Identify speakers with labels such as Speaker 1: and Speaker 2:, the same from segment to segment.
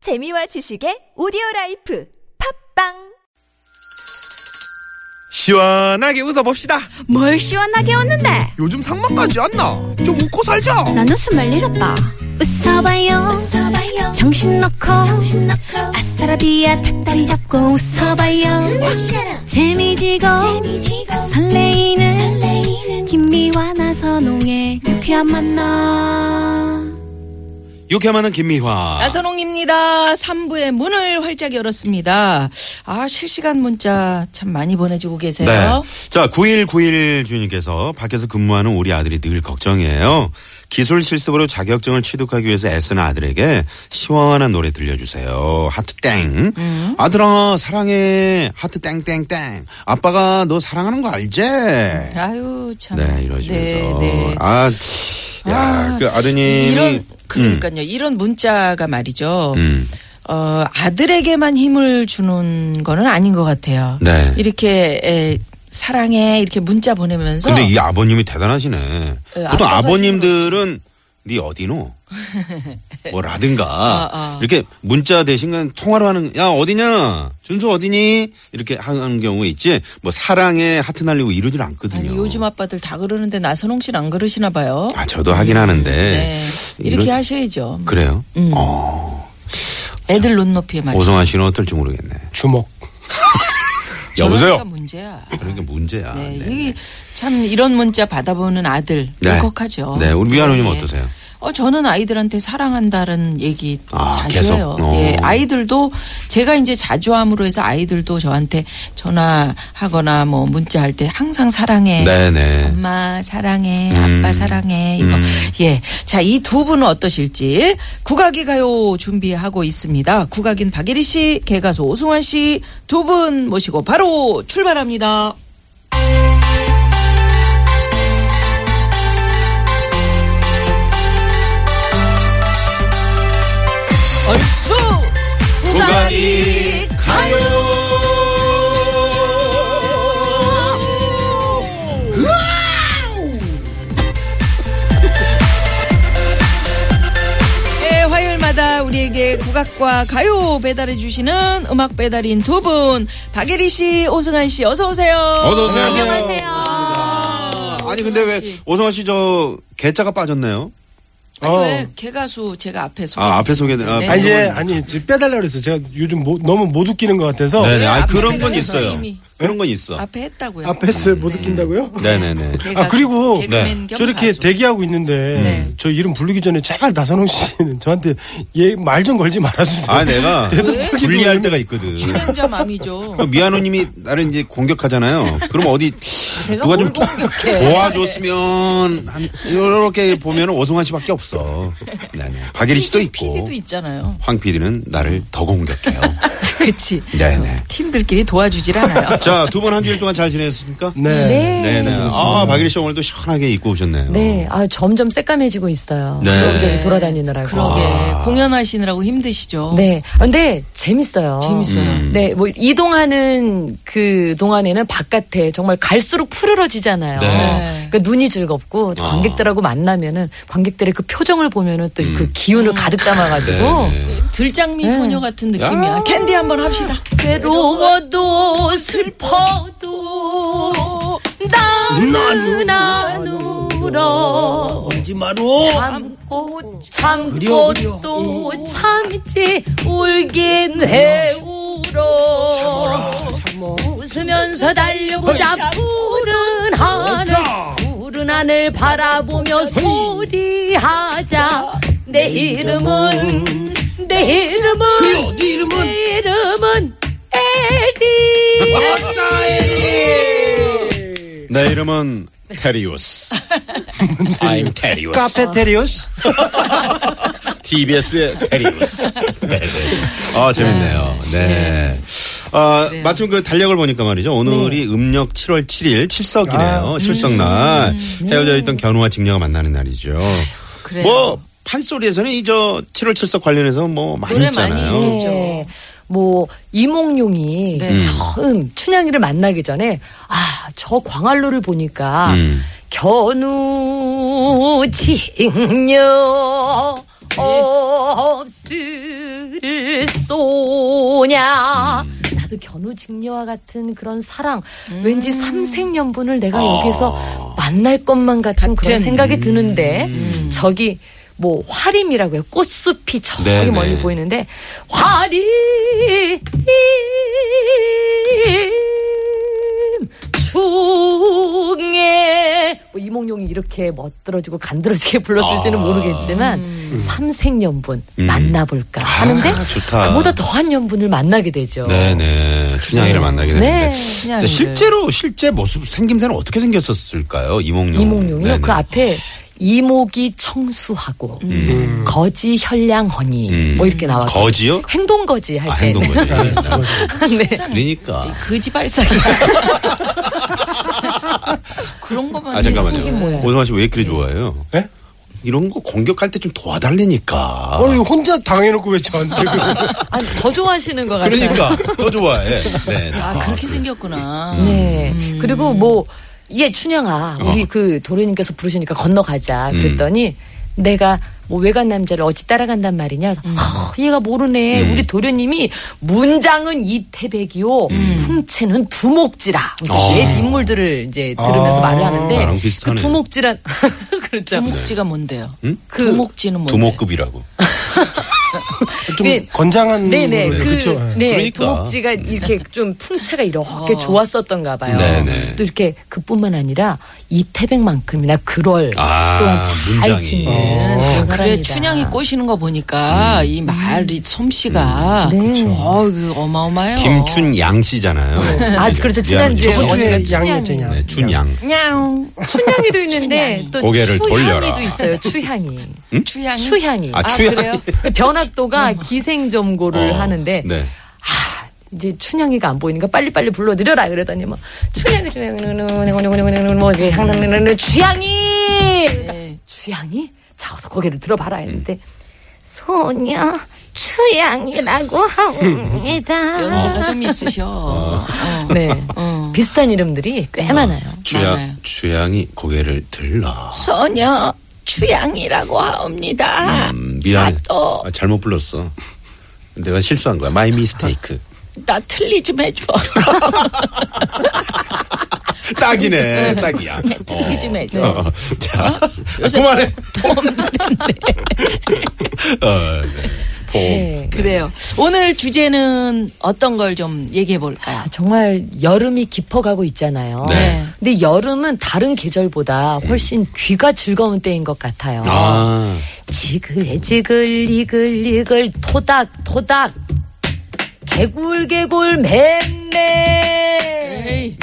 Speaker 1: 재미와 지식의 오디오 라이프 팝빵
Speaker 2: 시원하게 웃어봅시다.
Speaker 3: 뭘 시원하게 웃는데
Speaker 2: 요즘 상만까지 안 나. 좀 웃고 살자.
Speaker 3: 난 웃음을 잃었다 웃어봐요, 정신 놓고 아싸라비아 닭다리 잡고 웃어봐요 재미지고, 설레이는, 김미와 나서 농에 유쾌한 만남
Speaker 4: 유쾌만한 김미화.
Speaker 5: 나선홍입니다. 3부의 문을 활짝 열었습니다. 아, 실시간 문자 참 많이 보내주고 계세요.
Speaker 4: 네. 자, 9191 주님께서 밖에서 근무하는 우리 아들이 늘 걱정이에요. 기술 실습으로 자격증을 취득하기 위해서 애쓰는 아들에게 시원한 노래 들려주세요. 하트 땡.
Speaker 5: 음.
Speaker 4: 아들아, 사랑해. 하트 땡땡땡. 아빠가 너 사랑하는 거 알지?
Speaker 5: 아유, 참.
Speaker 4: 네, 이러시면서.
Speaker 5: 음. 네, 네.
Speaker 4: 아, 야, 그 아드님이.
Speaker 5: 이런, 그러니까요. 이런 문자가 말이죠.
Speaker 4: 음.
Speaker 5: 어, 아들에게만 힘을 주는 거는 아닌 것 같아요.
Speaker 4: 네.
Speaker 5: 이렇게, 에, 사랑해. 이렇게 문자 보내면서.
Speaker 4: 근데 이 아버님이 대단하시네.
Speaker 5: 예,
Speaker 4: 보통
Speaker 5: 아빠가
Speaker 4: 아버님들은 네 어디노? 뭐 뭐라든가
Speaker 5: 아, 아.
Speaker 4: 이렇게 문자 대신 그냥 통화로 하는 야 어디냐 준수 어디니 이렇게 하는 경우가 있지 뭐 사랑에 하트 날리고 이러질 않거든요.
Speaker 5: 아니, 요즘 아빠들 다 그러는데 나선홍 씨는 안 그러시나 봐요.
Speaker 4: 아, 저도 하긴 하는데
Speaker 5: 네. 이렇게
Speaker 4: 이런-
Speaker 5: 하셔야죠.
Speaker 4: 그래요.
Speaker 5: 음.
Speaker 4: 어,
Speaker 5: 애들 눈높이에 맞춰서.
Speaker 4: 오성환 씨는 어떨지 모르겠네.
Speaker 2: 주먹.
Speaker 4: 여보세요.
Speaker 5: 전화가 문제야.
Speaker 4: 그런 게 문제야.
Speaker 5: 그러니까 네,
Speaker 4: 네.
Speaker 5: 이게 참 이런 문자 받아보는 아들
Speaker 4: 네.
Speaker 5: 울컥하죠.
Speaker 4: 네, 우리 미아노님
Speaker 5: 예.
Speaker 4: 어떠세요?
Speaker 5: 어 저는 아이들한테 사랑한다는 얘기
Speaker 4: 아,
Speaker 5: 자주
Speaker 4: 계속?
Speaker 5: 해요.
Speaker 4: 어.
Speaker 5: 예, 아이들도 제가 이제 자주 함으로 해서 아이들도 저한테 전화하거나 뭐 문자 할 때 항상 사랑해.
Speaker 4: 네네.
Speaker 5: 엄마 사랑해,
Speaker 4: 음.
Speaker 5: 아빠 사랑해 이거
Speaker 4: 음.
Speaker 5: 예, 자 이 두 분은 어떠실지 국악이 가요 준비하고 있습니다. 국악인 박예리 씨, 개가수 오승환 씨 두 분 모시고 바로 출발합니다. 얼쑤
Speaker 4: 국악이
Speaker 5: 예, 화요일마다 우리에게 국악과 가요 배달해 주시는 음악 배달인 두 분 박예리 씨, 오승환 씨 어서 오세요.
Speaker 4: 어서 오세요.
Speaker 3: 안녕하세요
Speaker 4: 아, 아니 근데 왜 오성환 씨 저 개자가 빠졌나요?
Speaker 5: 아니,
Speaker 2: 어.
Speaker 5: 왜 개가수 제가 앞에 소개.
Speaker 4: 아, 앞에 소개드- 아,
Speaker 5: 네.
Speaker 2: 아,
Speaker 4: 아니,
Speaker 2: 이제, 아니, 지금 빼달라 그랬어. 제가 요즘 뭐- 너무 못 웃기는 것 같아서.
Speaker 4: 네네. 아
Speaker 5: 앞에
Speaker 4: 그런 건
Speaker 5: 해서
Speaker 4: 있어요.
Speaker 5: 이미.
Speaker 4: 그런 건 있어.
Speaker 5: 앞에 했다고요.
Speaker 2: 아, 패스 못 웃긴다고요?
Speaker 4: 네네네.
Speaker 5: 개가수,
Speaker 2: 아, 그리고
Speaker 5: 개그맨
Speaker 4: 네.
Speaker 5: 겸
Speaker 2: 저렇게
Speaker 5: 가수.
Speaker 2: 대기하고 있는데, 저 이름 부르기 전에 제발 나선홍 씨는 저한테 얘 말 좀 걸지 말아주세요.
Speaker 4: 아 내가
Speaker 2: 대답하기도
Speaker 4: 분리할
Speaker 2: 어려운-
Speaker 4: 때가 있거든.
Speaker 5: 출연자 맘이죠.
Speaker 4: 그럼 미아노님이 나를 이제 공격하잖아요. 그럼 어디 누가 좀 도와줬으면 한 이렇게 보면 오성환 씨밖에 없어. 네네. 박예리 씨도 있고
Speaker 5: PD도 있잖아요.
Speaker 4: 황 PD는 나를 더 공격해요.
Speaker 5: 그렇지.
Speaker 4: 네네.
Speaker 5: 팀들끼리 도와주질 않아요.
Speaker 4: 자 두 번 한 주일 동안 잘 지내셨습니까?
Speaker 2: 네.
Speaker 4: 네네. 아 박예리 씨 오늘도 시원하게 입고 오셨네요.
Speaker 6: 네, 아 점점 새까매지고 있어요.
Speaker 4: 네.
Speaker 6: 여기저기 돌아다니느라고.
Speaker 5: 그러게 공연하시느라고 힘드시죠.
Speaker 6: 네, 아, 근데 재밌어요.
Speaker 5: 재밌어요.
Speaker 4: 음.
Speaker 6: 네, 뭐 이동하는 그 동안에는 바깥에 정말 갈수록 푸르러지잖아요.
Speaker 4: 네.
Speaker 6: 그러니까 눈이 즐겁고 또
Speaker 4: 아.
Speaker 6: 관객들하고 만나면은 관객들의 그 표정을 보면은 또 그 기운을 가득
Speaker 5: 어.
Speaker 6: 담아가지고
Speaker 4: 음. 네네.
Speaker 5: 들장미 소녀 같은 느낌이야.
Speaker 4: 야.
Speaker 5: 캔디 한번 합시다.
Speaker 6: 괴로워도 슬퍼도 나는 안 울어.
Speaker 2: 울지 마라.
Speaker 6: 참고 참고 또 참지 울긴 해 울어 웃으면서 달려보자 푸른 하늘 푸른 하늘 바라보며 소리하자 내 이름은 내 이름은 내 이름은 내 이름은 에리
Speaker 4: 내 네, 이름은 테리우스. I'm 테리우스.
Speaker 2: 카페테리우스?
Speaker 4: TBS의 테리우스. 네. 아, 재밌네요. 네. 아, 마침 그 달력을 보니까 말이죠. 오늘이
Speaker 5: 네.
Speaker 4: 음력 7월 7일
Speaker 5: 아, 음.
Speaker 4: 칠석이네요. 칠석날.
Speaker 5: 네.
Speaker 4: 헤어져 있던 견우와 직녀가 만나는 날이죠.
Speaker 5: 그래요.
Speaker 4: 뭐, 판소리에서는 이 저 7월 칠석 관련해서 뭐 많이
Speaker 5: 노래
Speaker 4: 있잖아요.
Speaker 5: 많이 있겠죠.
Speaker 6: 네. 뭐 이몽룡이
Speaker 5: 네.
Speaker 6: 처음 춘향이를 만나기 전에 아 저 광활로를 보니까
Speaker 4: 음.
Speaker 6: 견우직녀 없음 나를 쏘냐. 나도 견우직녀와 같은 그런 사랑. 왠지 삼생연분을 내가 여기서 만날 것만 같은, 그런
Speaker 5: 같은.
Speaker 6: 생각이 드는데 저기 뭐 화림이라고 해요. 꽃숲이 저기
Speaker 4: 네네.
Speaker 6: 멀리 보이는데 화림 중에 뭐 이몽룡이 이렇게 멋들어지고 간드러지게 불렀을지는 모르겠지만 삼생연분
Speaker 4: 아. 음.
Speaker 6: 만나볼까 하는데
Speaker 4: 아, 좋다.
Speaker 6: 보다 더한 연분을 만나게 되죠.
Speaker 4: 네네. 춘향이를 만나게
Speaker 6: 네.
Speaker 4: 되는데.
Speaker 5: 춘향이를.
Speaker 4: 실제로, 실제 모습, 생김새는 어떻게 생겼었을까요? 이몽룡.
Speaker 6: 이몽룡이요.
Speaker 4: 네네.
Speaker 6: 그 앞에 이목이 청수하고 거지 혈량허니
Speaker 4: 음.
Speaker 6: 뭐 이렇게 네. 나와.
Speaker 4: 거지요?
Speaker 6: 행동거지 할
Speaker 4: 아,
Speaker 6: 때.
Speaker 4: 행동거지.
Speaker 6: 네.
Speaker 4: 그러니까.
Speaker 5: 거지 발사기. 그런 것만 뭐-
Speaker 4: 아,
Speaker 6: 생긴
Speaker 4: 잠깐만요.
Speaker 6: 모양. 네.
Speaker 4: 오성환 씨 왜 그리 좋아해요?
Speaker 2: 예?
Speaker 4: 이런 거 공격할 때 좀 도와달라니까.
Speaker 2: 아니 어, 혼자 당해놓고 왜 저한테 그래?
Speaker 6: 아니, 더 좋아하시는 것 같아요.
Speaker 4: 그러니까. 더 좋아해. 음. 네.
Speaker 5: 아, 그렇게 생겼구나.
Speaker 6: 네. 그리고 뭐, 예, 춘향아. 우리
Speaker 4: 어.
Speaker 6: 그 도련님께서 부르시니까 건너가자.
Speaker 4: 음.
Speaker 6: 그랬더니 내가 뭐 외간 남자를 어찌 따라간단 말이냐. 그래서 허, 얘가 모르네.
Speaker 4: 음.
Speaker 6: 우리 도련님이 문장은 이태백이요. 풍채는 두목지라. 그래서
Speaker 4: 음. 아.
Speaker 6: 옛 인물들을 이제 들으면서
Speaker 2: 아.
Speaker 6: 말을 하는데
Speaker 4: 나랑
Speaker 6: 그
Speaker 4: 비슷하네. 음.
Speaker 6: 두목지란 그렇죠.
Speaker 5: 두목지가 뭔데요?
Speaker 6: 그
Speaker 5: 두목지는 뭔데?
Speaker 4: 네. 두목급이라고.
Speaker 2: 좀
Speaker 6: 네.
Speaker 2: 건장한 네,
Speaker 6: 네네 그
Speaker 2: 그쵸 예.
Speaker 6: 네,
Speaker 4: 그러니까. 아.
Speaker 6: 두목지가 이렇게 좀 풍채가 이렇게 좋았었던가 봐요.
Speaker 4: 네네.
Speaker 6: 또 이렇게 그뿐만 아니라 이태백만큼이나 그럴
Speaker 4: 아,
Speaker 6: 또한 잘
Speaker 4: 문장이.
Speaker 6: 짓는
Speaker 2: 어.
Speaker 6: 그런
Speaker 5: 그래
Speaker 6: 사람이다. 음.
Speaker 5: 춘향이 꼬시는 거 보니까
Speaker 4: 음.
Speaker 5: 이 말이 솜씨가
Speaker 6: 네.
Speaker 5: 어, 그 어마어마해요.
Speaker 4: 김춘양 씨잖아요.
Speaker 6: 아, 그렇죠. 지난주에
Speaker 4: 미안해요.
Speaker 2: 저번 주에
Speaker 6: 춘향이.
Speaker 2: 양이었잖아요.
Speaker 4: 네, 춘양.
Speaker 5: 냥
Speaker 6: 춘향이도 있는데 또
Speaker 4: 고개를 돌려라.
Speaker 6: 추향이도 있어요. 추향이,
Speaker 5: 추향이
Speaker 6: 추향이.
Speaker 4: 음? 아,
Speaker 5: 아,
Speaker 4: 추양.
Speaker 5: 그래요?
Speaker 6: 변학도가 기생점고를
Speaker 4: 어,
Speaker 6: 하는데
Speaker 4: 네.
Speaker 6: 아, 이제 춘향이가 안 보이니까 빨리빨리 불러드려라 그러더니 막 춘향이 춘향이 뭐 이렇게 향낭 춘향이
Speaker 5: 네.
Speaker 6: 그러니까 춘향이 자 어서 고개를 들어봐라 했는데
Speaker 3: 소녀 추양이라고 하옵니다.
Speaker 5: 연세가 좀 있으셔.
Speaker 4: 아.
Speaker 5: 어.
Speaker 6: 네
Speaker 5: 어.
Speaker 6: 비슷한 이름들이 꽤 많아요.
Speaker 5: 많아요.
Speaker 4: 주양, 주양이 고개를 들라.
Speaker 5: 소녀 추양이라고 하옵니다.
Speaker 4: 음, 미안해.
Speaker 5: 사또
Speaker 4: 아, 잘못 불렀어. 내가 실수한 거야. 마이 미스테이크.
Speaker 5: 나 틀리 좀 해줘.
Speaker 4: 딱이네. 딱이야.
Speaker 5: 틀리 좀 해줘.
Speaker 4: 어, 자, 그만해. 어, 네. 봄.
Speaker 6: 네.
Speaker 5: 그래요. 오늘 주제는 어떤 걸 좀 얘기해 볼까요?
Speaker 6: 아, 정말 여름이 깊어가고 있잖아요.
Speaker 4: 네.
Speaker 6: 근데 여름은 다른 계절보다 훨씬 귀가 즐거운 때인 것 같아요.
Speaker 4: 아,
Speaker 6: 지글지글 이글이글 토닥토닥 개굴개굴 맴매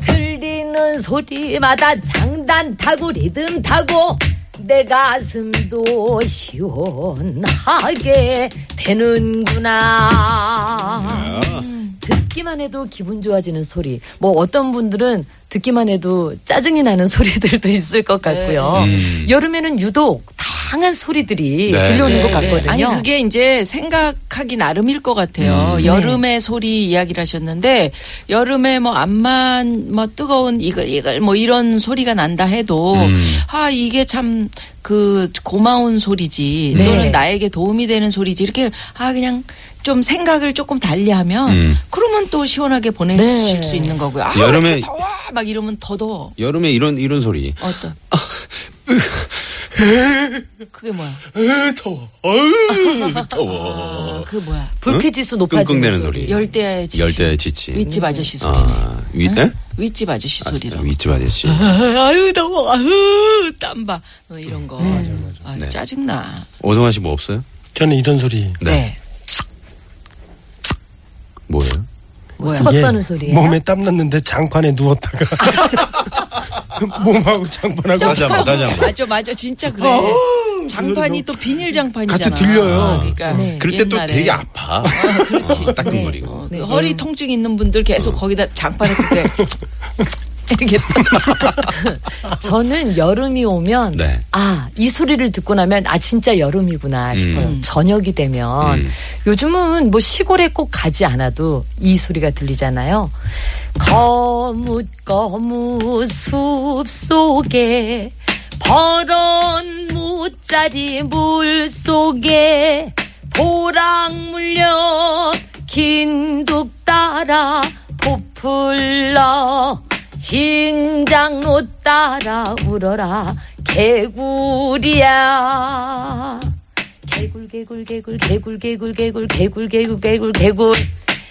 Speaker 6: 들리는 소리마다 장단 타고 리듬 타고 내 가슴도 시원하게 되는구나.
Speaker 5: 아.
Speaker 6: 듣기만 해도 기분 좋아지는 소리. 뭐 어떤 분들은 듣기만 해도 짜증이 나는 소리들도 있을 것
Speaker 5: 네.
Speaker 6: 같고요. 여름에는 유독 다양한 소리들이
Speaker 4: 음. 네.
Speaker 6: 들려오는 것
Speaker 5: 네.
Speaker 6: 같거든요.
Speaker 5: 아니 그게 이제 생각하기 나름일 것
Speaker 6: 음,
Speaker 5: 같아요.
Speaker 6: 네.
Speaker 5: 여름의 소리 이야기를 하셨는데 여름에 뭐 암만 뭐 뜨거운 이글이글 뭐 이런 소리가 난다 해도
Speaker 6: 음.
Speaker 5: 아 이게 참 그 고마운 소리지
Speaker 6: 네.
Speaker 5: 또는 나에게 도움이 되는 소리지 이렇게 아 그냥 좀 생각을 조금 달리하면
Speaker 4: 음.
Speaker 5: 그러면 또 시원하게 보내실
Speaker 6: 네.
Speaker 5: 수 있는 거고요. 아,
Speaker 4: 여름에-
Speaker 5: 이렇게 더워 막 이러면 더 더워.
Speaker 4: 여름에 이런, 이런 소리.
Speaker 5: 어떤? 그게 뭐야?
Speaker 4: 으, 더워. 으, 더워.
Speaker 5: 아, 그게 뭐야?
Speaker 6: 불쾌지수 높아지는
Speaker 4: 끙끙대는
Speaker 6: 소리.
Speaker 4: 소리.
Speaker 5: 열대의 지침.
Speaker 4: 어, 열대의 지침.
Speaker 5: 윗집 아저씨 소리네.
Speaker 4: 아, 위, 에?
Speaker 5: 윗집 아저씨 소리라고.
Speaker 4: 윗집 아저씨.
Speaker 5: 아유 더워. 아유 땀봐. 어, 이런 거.
Speaker 4: 음.
Speaker 5: 아,
Speaker 4: 네.
Speaker 5: 짜증나.
Speaker 4: 오성환 씨 뭐 없어요?
Speaker 2: 저는 이런 소리
Speaker 5: 네.
Speaker 4: 뭐예요?
Speaker 6: 수박 써는 소리예요.
Speaker 2: 몸에 땀 났는데 장판에 누웠다가 몸하고 장판하고 어,
Speaker 4: 다시 한번, 다시 한번.
Speaker 5: 맞아 맞아 진짜 그래.
Speaker 4: 어.
Speaker 5: 장판이 또 비닐 장판이잖아.
Speaker 2: 같이 들려요.
Speaker 5: 아, 그러니까
Speaker 6: 네.
Speaker 4: 그럴 때 또
Speaker 5: 옛날에
Speaker 4: 되게 아파. 네.
Speaker 5: 그렇지.
Speaker 4: 어, 따끔거리고.
Speaker 5: 어, 그 허리 통증 있는 분들 계속
Speaker 4: 어.
Speaker 5: 거기다 장판에 그때 이렇게
Speaker 6: 저는 여름이 오면
Speaker 4: 네.
Speaker 6: 아 이 소리를 듣고 나면 아 진짜
Speaker 4: 음.
Speaker 6: 여름이구나 싶어요. 저녁이 되면 요즘은 뭐 시골에 꼭 가지 않아도 이 소리가 들리잖아요. 거뭇 거뭇 숲 속에 버런 모짜리 물 속에 호랑 물려 긴둑 따라 보풀러 신장로 따라 울어라 개구리야 개굴 개굴 개굴 개굴 개굴 개굴 개굴 개굴 개굴 개굴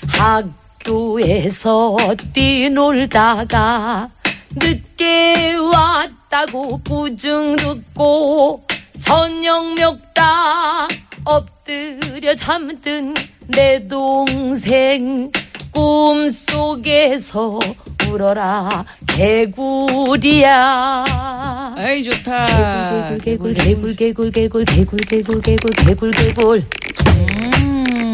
Speaker 6: 학교에서 뛰놀다가 늦게 왔다고 부증 듣고 저녁 먹다 엎드려 잠든 내 동생 꿈속에서 울어라 개구리야
Speaker 5: 아이 좋다.
Speaker 6: 개굴 개굴 개굴 개굴 개굴 개굴 개굴 개굴 개굴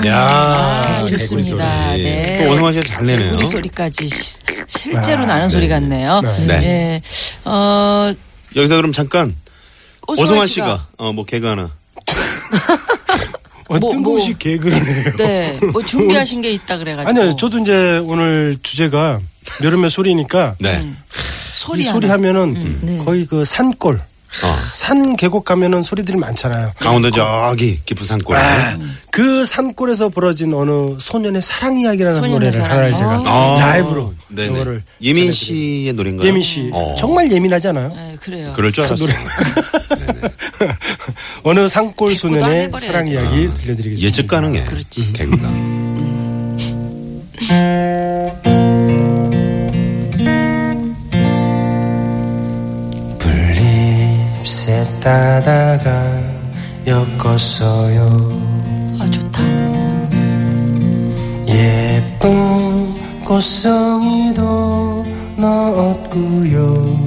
Speaker 2: 야,
Speaker 5: 아,
Speaker 2: 개구리
Speaker 5: 좋습니다.
Speaker 4: 소리.
Speaker 5: 네.
Speaker 4: 또 원성아 씨가 잘 내네요.
Speaker 5: 우리 소리까지 시- 실제로
Speaker 2: 아,
Speaker 5: 나는
Speaker 4: 네.
Speaker 5: 소리 같네요.
Speaker 4: 네.
Speaker 5: 예. 어,
Speaker 4: 여기서 그럼 잠깐
Speaker 5: 오성환
Speaker 4: 오성환
Speaker 5: 씨가.
Speaker 4: 씨가 어 뭐 개그 하나.
Speaker 2: 어,
Speaker 5: 뭐,
Speaker 2: 뜬금없이 개그네요.
Speaker 5: 네. 뭐 준비하신 게 있다 그래가지고.
Speaker 2: 아니요, 저도 이제 오늘 주제가 여름의 소리니까
Speaker 4: 네.
Speaker 5: 소리
Speaker 2: 이 소리
Speaker 5: 하나.
Speaker 2: 하면은
Speaker 5: 음. 네.
Speaker 2: 거의 그 산골, 산 계곡 가면은 소리들이 많잖아요.
Speaker 4: 어, 강원도 저기 깊은 산골.
Speaker 2: 그 산골에서 벌어진 어느 소년의 사랑 이야기라는
Speaker 5: 소년의
Speaker 2: 노래를
Speaker 5: 사랑.
Speaker 2: 하나를 제가
Speaker 4: 아.
Speaker 2: 라이브로
Speaker 4: 네네.
Speaker 2: 이거를
Speaker 4: 예민 씨의 노래인가요?
Speaker 2: 예민 씨
Speaker 4: 어.
Speaker 2: 정말 예민하잖아요.
Speaker 5: 예, 그래요.
Speaker 4: 그럴 줄 알았어요.
Speaker 2: 어느 산골
Speaker 5: 기쁘다
Speaker 2: 소년의
Speaker 5: 해버려야죠.
Speaker 2: 사랑 이야기 들려드리겠습니다.
Speaker 4: 아. 예측 가능해.
Speaker 5: 그렇지.
Speaker 4: 개그가. 네.
Speaker 2: 불잎새 따다가 엮었어요.
Speaker 5: 아, 좋다.
Speaker 2: 예쁜 꽃송이도 넣었고요.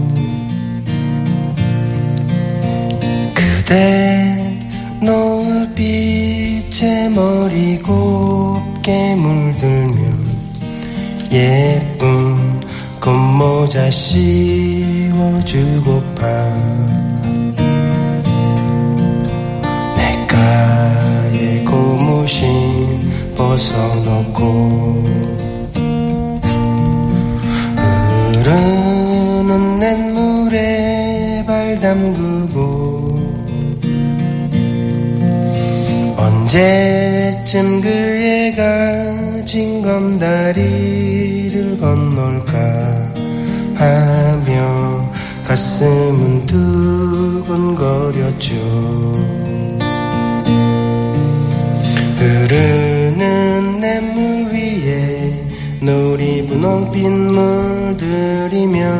Speaker 2: 그대 노을빛에 머리 곱게 물들면 예쁜 꽃모자 씌워주고파. 내가의 고무신 벗어놓고 흐르는 냇물에 발 담그고 언제쯤 그 애가 진검다리를 건널까 하며 가슴은 두근거렸죠 흐르는 냇물 위에 놀이 분홍빛 물들이며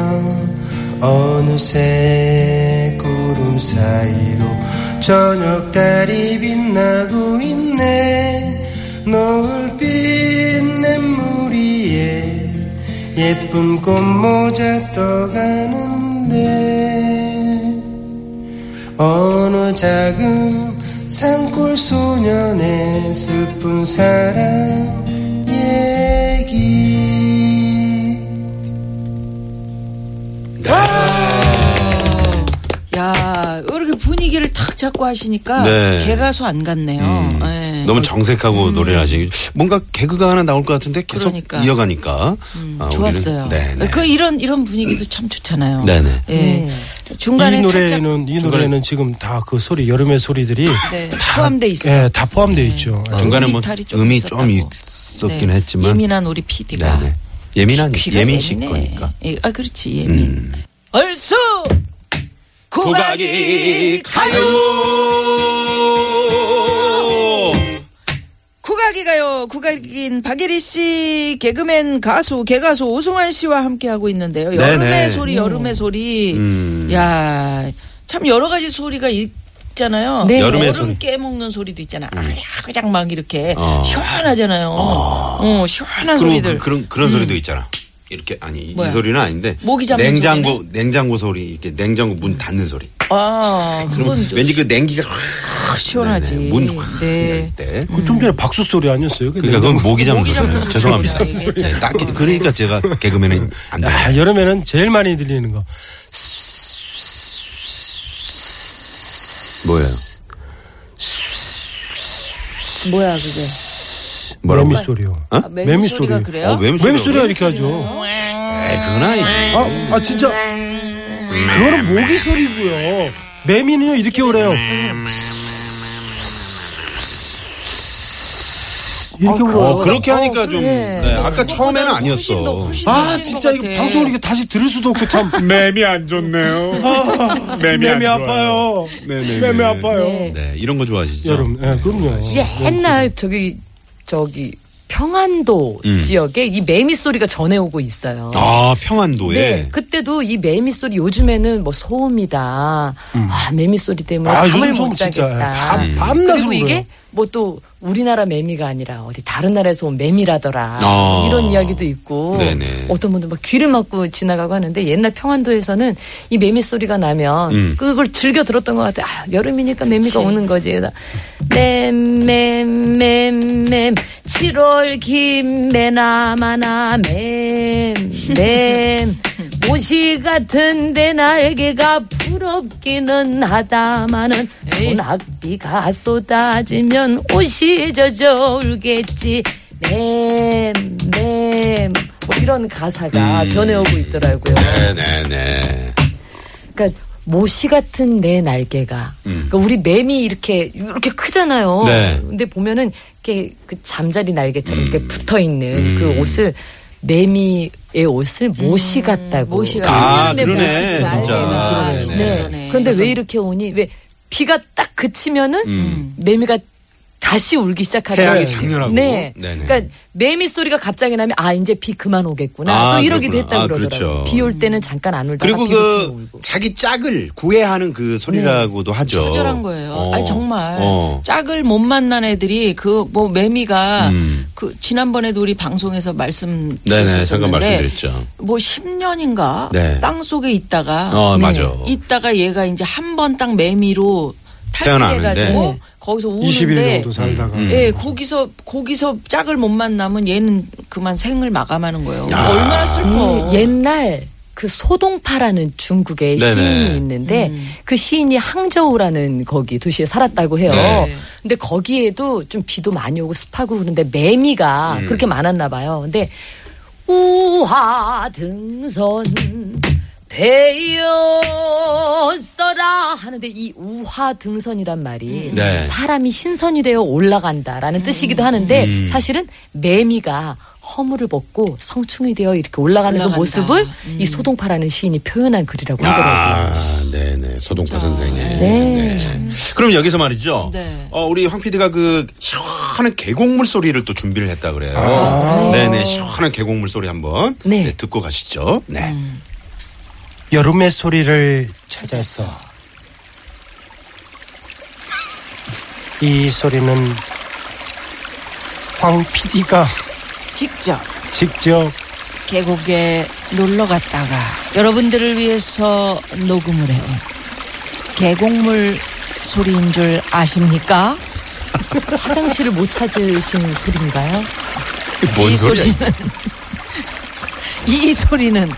Speaker 2: 어느새 구름 사이로 저녁 달이 빛나고 있네 노을빛 냇물 위에 예쁜 꽃모자 떠가는데 어느 작은 산골 소년의 슬픈 사랑 얘기
Speaker 5: 야, 이렇게 분위기를 탁 잡고 하시니까
Speaker 4: 네. 음.
Speaker 5: 개가소 안 같네요. 예.
Speaker 4: 너무 정색하고 노래를 하시니 뭔가 개그가 하나 나올 것 같은데 계속
Speaker 5: 그러니까. 음,
Speaker 4: 이어가니까 아, 우리는-
Speaker 5: 좋았어요.
Speaker 4: 네, 네.
Speaker 5: 그 이런 이런 분위기도 참 좋잖아요.
Speaker 4: 네네.
Speaker 5: 예. 중간에
Speaker 2: 이
Speaker 5: 살짝
Speaker 2: 노래는 이 노래는 지금 다 그 소리 여름의 소리들이
Speaker 5: 네, 포함돼 있어요.
Speaker 2: 예, 다 포함되어 있죠. 예,
Speaker 4: 중간에 뭐
Speaker 5: 음이탈이 좀
Speaker 4: 음이
Speaker 5: 있었다고.
Speaker 4: 좀 있었긴
Speaker 5: 네.
Speaker 4: 했지만
Speaker 5: 예민한 우리 PD가
Speaker 4: 네네. 예민한
Speaker 5: 귀가
Speaker 4: 예민 씨
Speaker 5: 예민해.
Speaker 4: 거니까. 음.
Speaker 5: 예, 아 그렇지 예민. 얼쑤 구각이
Speaker 4: 가요.
Speaker 5: 구각이 가요. 구각인 박예리 씨, 개그맨 가수, 개가수 오승환 씨와 함께하고 있는데요. 여름의
Speaker 4: 네네.
Speaker 5: 소리, 여름의 소리.
Speaker 4: 음.
Speaker 5: 야, 참 여러 가지 소리가 있잖아요.
Speaker 6: 네.
Speaker 4: 여름의
Speaker 5: 얼음
Speaker 4: 소리. 음.
Speaker 5: 깨먹는 소리도 있잖아. 그냥 막 이렇게
Speaker 4: 어.
Speaker 5: 시원하잖아요. 어. 시원한
Speaker 4: 그리고
Speaker 5: 소리들. 음.
Speaker 4: 그, 그런 그런 소리도 있잖아. 이렇게 아니 이
Speaker 5: 뭐야?
Speaker 4: 소리는 아닌데
Speaker 5: 모기 잡는
Speaker 4: 냉장고 냉장고 소리 이렇게 냉장고 문 닫는 소리.
Speaker 5: 아,
Speaker 4: 그, 그럼
Speaker 5: 그건 좀
Speaker 4: 왠지 그 냉기가 확 네.
Speaker 5: 확 시원하지.
Speaker 4: 문확
Speaker 5: 네.
Speaker 4: 네. 때.
Speaker 2: 좀 전에 박수 소리 아니었어요? 근데
Speaker 4: 그러니까 그건 모기 잡는
Speaker 5: 모기 잡는
Speaker 4: 소리예요. 죄송합니다.
Speaker 5: 소리구나, 이게 참.
Speaker 4: 네, 딱 그러니까 제가 개그맨은 안 돼요.
Speaker 2: 아, 여름에는 제일 많이 들리는 거.
Speaker 4: 뭐예요?
Speaker 6: 뭐야 그게
Speaker 4: 뭐라고?
Speaker 2: 매미 소리요.
Speaker 4: 어?
Speaker 5: 아, 매미 소리가 그래요?
Speaker 4: 어, 외미 소리가
Speaker 2: 매미 소리가 이렇게 하죠.
Speaker 4: 에이, 그건 아니.
Speaker 2: 아, 아 진짜 그거는 모기 소리고요. 매미는요 이렇게 오래요. 이렇게 울어요.
Speaker 4: 어, 그렇게 하니까 좀.
Speaker 6: 그래.
Speaker 4: 네, 아까 처음에는 아니었어.
Speaker 5: 훨씬 더, 훨씬 더
Speaker 2: 아
Speaker 5: 힘든
Speaker 2: 진짜
Speaker 5: 것
Speaker 2: 이거
Speaker 5: 같아.
Speaker 2: 방송을 이렇게 다시 들을 수도 없고 참
Speaker 4: 맴이 안 좋네요. 맴이,
Speaker 2: 매매
Speaker 4: 안 좋아요.
Speaker 2: 아파요.
Speaker 4: 네네네.
Speaker 2: 매매 아파요.
Speaker 6: 네.
Speaker 4: 네, 이런 거 좋아하시죠?
Speaker 2: 여름, 예, 그럼요.
Speaker 6: 이게 옛날 저기 저기 평안도
Speaker 4: 음.
Speaker 6: 지역에 이 매미 소리가 전해오고 있어요.
Speaker 4: 아, 평안도에.
Speaker 6: 네, 그때도 이 매미 소리 요즘에는 뭐 소음이다. 아, 매미 소리 때문에
Speaker 2: 아,
Speaker 6: 잠을
Speaker 2: 요즘 소음
Speaker 6: 못
Speaker 2: 진짜
Speaker 6: 자겠다.
Speaker 2: 밤- 밤낮으로
Speaker 6: 그리고
Speaker 2: 울어요.
Speaker 6: 이게 뭐 또 우리나라 매미가 아니라 어디 다른 나라에서 온 매미라더라.
Speaker 4: 아.
Speaker 6: 이런 이야기도 있고
Speaker 4: 네네.
Speaker 6: 어떤 분들 막 귀를 막고 지나가고 하는데 옛날 평안도에서는 이 매미 소리가 나면
Speaker 4: 음.
Speaker 6: 그걸 즐겨 들었던 것 같아요. 아, 여름이니까 매미가 오는 거지. 그래서 맴맴맴맴 7월 김매나마나 맴맴 모시 같은데 날개가 부럽기는 하다마는 소낙비가 쏟아지면 옷이 젖어 울겠지 맴맴 뭐 이런 가사가 전해오고 있더라고요.
Speaker 4: 네, 네네네.
Speaker 6: 그러니까 모시 같은 내 날개가 그러니까 우리 매미 이렇게 이렇게 크잖아요.
Speaker 4: 음. 네.
Speaker 6: 근데 보면은 이렇게 그 잠자리 날개처럼
Speaker 4: 음.
Speaker 6: 이렇게 붙어 있는
Speaker 4: 음.
Speaker 6: 그 옷을 매미의 옷을 모시 같다고.
Speaker 5: 모시 같-
Speaker 4: 아,
Speaker 6: 매미의
Speaker 4: 그러네,
Speaker 6: 모시
Speaker 4: 진짜.
Speaker 6: 날개가.
Speaker 5: 그러네.
Speaker 6: 네.
Speaker 5: 그러네.
Speaker 6: 그런데 왜 이렇게 오니? 왜 비가 딱 그치면은
Speaker 4: 음.
Speaker 6: 매미가 다시 울기 시작하더라고요.
Speaker 4: 태양이 장렬하고.
Speaker 6: 네.
Speaker 4: 네네.
Speaker 6: 그러니까 매미 소리가 갑자기 나면 아 이제 비 그만 오겠구나.
Speaker 4: 아,
Speaker 6: 또 이러기도
Speaker 4: 그렇구나.
Speaker 6: 했다
Speaker 4: 아,
Speaker 6: 고 그러더라고요.
Speaker 4: 그렇죠.
Speaker 6: 비 올 때는 잠깐 안 울다가
Speaker 4: 그리고
Speaker 6: 비 그치면
Speaker 4: 그
Speaker 6: 울고.
Speaker 4: 자기 짝을 구애하는 그 소리라고도 하죠.
Speaker 5: 처절한 거예요.
Speaker 4: 어.
Speaker 5: 아니 정말
Speaker 4: 어.
Speaker 5: 짝을 못 만난 애들이 그 뭐 매미가
Speaker 4: 음.
Speaker 5: 그 지난번에도 우리 방송에서 말씀
Speaker 4: 네네, 잠깐
Speaker 5: 드렸었는데
Speaker 4: 말씀드렸죠.
Speaker 5: 뭐 10년인가
Speaker 4: 네.
Speaker 5: 땅 속에 있다가 네.
Speaker 4: 어, 맞아.
Speaker 5: 있다가 얘가 이제 한 번 딱 매미로
Speaker 4: 태어나는데.
Speaker 5: 탈피해가지고 거기서
Speaker 2: 20일
Speaker 5: 우는데
Speaker 2: 정도
Speaker 6: 네.
Speaker 2: 살다가.
Speaker 4: 음.
Speaker 5: 예, 거기서 거기서 짝을 못 만나면 얘는 그만 생을 마감하는 거예요. 그러니까
Speaker 4: 야.
Speaker 5: 얼마나 슬퍼.
Speaker 6: 이 옛날 그 소동파라는 중국의
Speaker 4: 네네.
Speaker 6: 시인이 있는데 그 시인이 항저우라는 거기 도시에 살았다고 해요.
Speaker 4: 네.
Speaker 6: 근데 거기에도 좀 비도 많이 오고 습하고 그런데 매미가
Speaker 4: 음.
Speaker 6: 그렇게 많았나 봐요. 근데 우하 등선 되었어라 하는데 이 우하 등선이란 말이
Speaker 4: 네.
Speaker 6: 사람이 신선이 되어 올라간다라는 뜻이기도 하는데
Speaker 4: 음.
Speaker 6: 사실은 매미가 허물을 벗고 성충이 되어 이렇게 올라가는 그
Speaker 5: 올라간다.
Speaker 6: 모습을 이 소동파라는 시인이 표현한 글이라고 하더라고요.
Speaker 4: 아, 네네. 소동파 선생님.
Speaker 6: 네.
Speaker 4: 그럼 여기서 말이죠.
Speaker 5: 네.
Speaker 4: 어, 우리 황 PD가 그 시원한 계곡물 소리를 또 준비를 했다 그래요. 네네. 시원한 계곡물 소리 한번
Speaker 6: 네.
Speaker 4: 네, 듣고 가시죠. 네.
Speaker 2: 여름의 소리를 찾았어. 이 소리는 황 PD가
Speaker 5: 직접
Speaker 2: 직접
Speaker 5: 계곡에 놀러 갔다가 여러분들을 위해서 녹음을 해온 계곡물 소리인 줄 아십니까?
Speaker 6: 화장실을 못 찾으신 소리인가요?
Speaker 4: 뭔
Speaker 5: 이
Speaker 4: 소리야,
Speaker 5: 소리는 이 소리는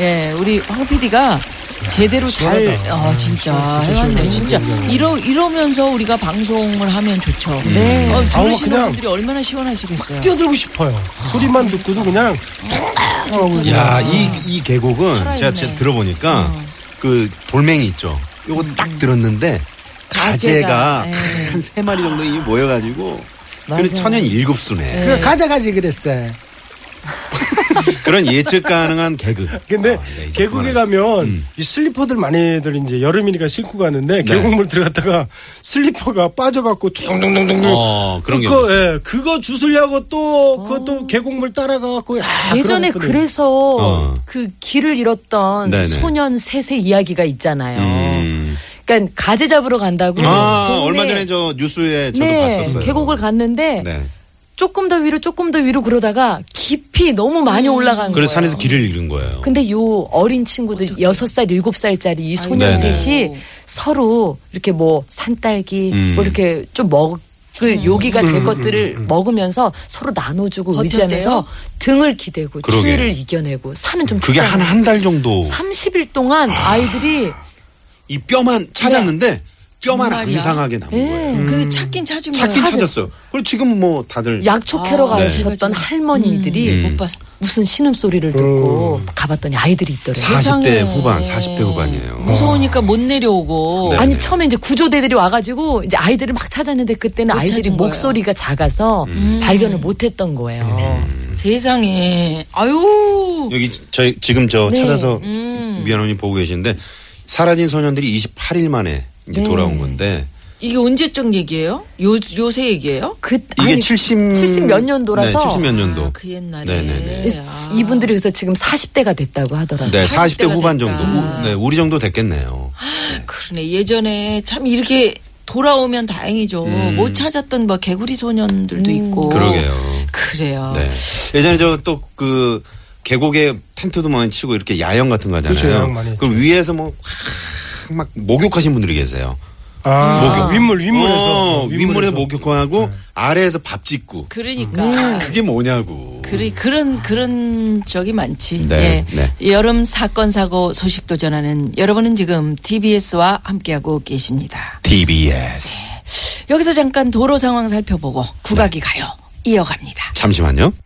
Speaker 5: 예 우리 황 PD가 제대로 잘
Speaker 2: 시원하다. 아,
Speaker 5: 어, 진짜
Speaker 2: 시원- 진짜
Speaker 5: 해왔네
Speaker 2: 시원하다. 음.
Speaker 5: 진짜 이러 이러면서 우리가 방송을 하면 좋죠.
Speaker 6: 네.
Speaker 5: 어, 들으시는
Speaker 2: 아, 그냥-
Speaker 5: 분들이 얼마나 시원하시겠어요.
Speaker 2: 뛰어들고 싶어요. 소리만 듣고도 그냥
Speaker 4: 야, 이, 이 계곡은 제가,
Speaker 5: 살아있네.
Speaker 4: 제가 들어보니까 그 돌멩이 있죠. 요거
Speaker 6: 음.
Speaker 4: 딱 들었는데 가재가,
Speaker 5: 가재가, 예.
Speaker 4: 한 세 마리 정도 이 모여가지고 그런
Speaker 6: 맞아요. 예.
Speaker 4: 천연 일곱 수네.
Speaker 2: 그 가져가지 그랬어.
Speaker 4: 그런 예측 가능한 개그.
Speaker 2: 근데
Speaker 4: 아, 네, 이제 음.
Speaker 2: 계곡에
Speaker 4: 그만하자.
Speaker 2: 가면 이 슬리퍼들 많이들 이제 여름이니까 신고
Speaker 4: 네.
Speaker 2: 가는데 계곡물 들어갔다가 슬리퍼가 빠져갖고 둥둥둥둥
Speaker 4: 어, 그런 경우
Speaker 2: 그거,
Speaker 4: 있어요.
Speaker 2: 예, 그거 주술려고 또 그것도 계곡물 따라가갖고 야,
Speaker 6: 예전에
Speaker 2: 그러거든요.
Speaker 6: 그래서
Speaker 4: 어.
Speaker 6: 그 길을 잃었던
Speaker 4: 네네.
Speaker 6: 소년 셋의 이야기가
Speaker 2: 예.
Speaker 6: 있잖아요.
Speaker 4: 음.
Speaker 6: 그러니까 가재 잡으러 간다고
Speaker 2: 음.
Speaker 4: 아,
Speaker 6: 동네-
Speaker 4: 얼마 전에 저 뉴스에 저도
Speaker 6: 네,
Speaker 4: 봤었어요.
Speaker 6: 계곡을 갔는데
Speaker 4: 네.
Speaker 6: 조금 더 위로 조금 더 위로 그러다가 깊이 너무 많이
Speaker 5: 음.
Speaker 6: 올라간 거예요.
Speaker 4: 그래서 산에서 길을 잃은 거예요.
Speaker 6: 근데 요 어린 친구들 여섯 살 일곱 살짜리 이 소년
Speaker 4: 네네.
Speaker 6: 셋이 서로 이렇게 뭐 산딸기
Speaker 4: 음.
Speaker 6: 뭐 이렇게 좀 먹 그 요기가 될 것들을 먹으면서 서로 나눠주고
Speaker 5: 음. 버텼대요?
Speaker 6: 의지하면서 등을 기대고
Speaker 4: 그러게.
Speaker 6: 추위를 이겨내고 산은 좀
Speaker 4: 그게 아. 한 한 달 정도
Speaker 6: 30일 동안 아이들이
Speaker 4: 이 뼈만 찾았는데 뼈만
Speaker 5: 네. 정말이야?
Speaker 4: 앙상하게 남은 거예요.
Speaker 5: 그 찾긴 찾은 거야.
Speaker 4: 찾긴 찾았어요. 그리고 지금 뭐 다들
Speaker 6: 약초 캐러
Speaker 5: 아,
Speaker 6: 가셨던
Speaker 5: 네.
Speaker 6: 할머니들이
Speaker 4: 음.
Speaker 5: 못 봤어.
Speaker 6: 무슨 신음소리를 듣고 가봤더니 아이들이 있더래요.
Speaker 5: 사- 세상에.
Speaker 4: 40대 후반, 40대 후반이에요.
Speaker 5: 무서우니까 못 내려오고.
Speaker 4: 네.
Speaker 6: 아니 처음에 이제 구조대들이 와가지고 이제 아이들을 막 찾았는데 그때는
Speaker 5: 못
Speaker 6: 아이들이
Speaker 5: 찾은 거예요.
Speaker 6: 목소리가 작아서
Speaker 4: 음.
Speaker 6: 발견을 못했던 거예요.
Speaker 4: 네.
Speaker 5: 세상에. 아유.
Speaker 4: 여기 저희 지금 저
Speaker 6: 네.
Speaker 4: 찾아서
Speaker 5: 음.
Speaker 4: 미안원님 보고 계시는데 사라진 소년들이 28일 만에 이제
Speaker 5: 네.
Speaker 4: 돌아온 건데
Speaker 5: 이게 언제적 얘기예요? 요, 요새 얘기예요?
Speaker 6: 그
Speaker 4: 이게
Speaker 6: 아니,
Speaker 4: 70
Speaker 6: 70몇 년도라서
Speaker 4: 네, 70 몇 년도.
Speaker 5: 아, 그 옛날에.
Speaker 4: 네네네.
Speaker 5: 아.
Speaker 6: 이분들이 그래서 지금 40대가 됐다고 하더라고요.
Speaker 4: 네,
Speaker 5: 40 대가
Speaker 4: 40대 후반
Speaker 5: 됐다.
Speaker 4: 정도. 네, 우리 정도 됐겠네요.
Speaker 5: 그러네. 예전에 참 이렇게 돌아오면 다행이죠.
Speaker 4: 음.
Speaker 5: 못 찾았던 뭐 개구리 소년들도 있고.
Speaker 4: 그러게요.
Speaker 5: 그래요.
Speaker 4: 네. 예전에 저 또 그 계곡에 텐트도 많이 치고 이렇게 야영 같은 거
Speaker 2: 그렇죠, 야영
Speaker 4: 하잖아요.
Speaker 2: 많이
Speaker 4: 그럼 위에서 뭐 막 목욕하신 분들이 계세요.
Speaker 2: 아, 윗물, 윗물에서. 네.
Speaker 4: 어, 윗물에 목욕하고 아래에서 밥 짓고.
Speaker 5: 그러니까.
Speaker 4: 음. 그게 뭐냐고.
Speaker 5: 그리, 그런, 그런 적이 많지. 예.
Speaker 4: 네, 네.
Speaker 5: 여름 사건, 사고 소식도 전하는 여러분은 지금 TBS와 함께하고 계십니다.
Speaker 4: TBS.
Speaker 5: 여기서 잠깐 도로 상황 살펴보고 국악이 가요. 이어갑니다.
Speaker 4: 잠시만요.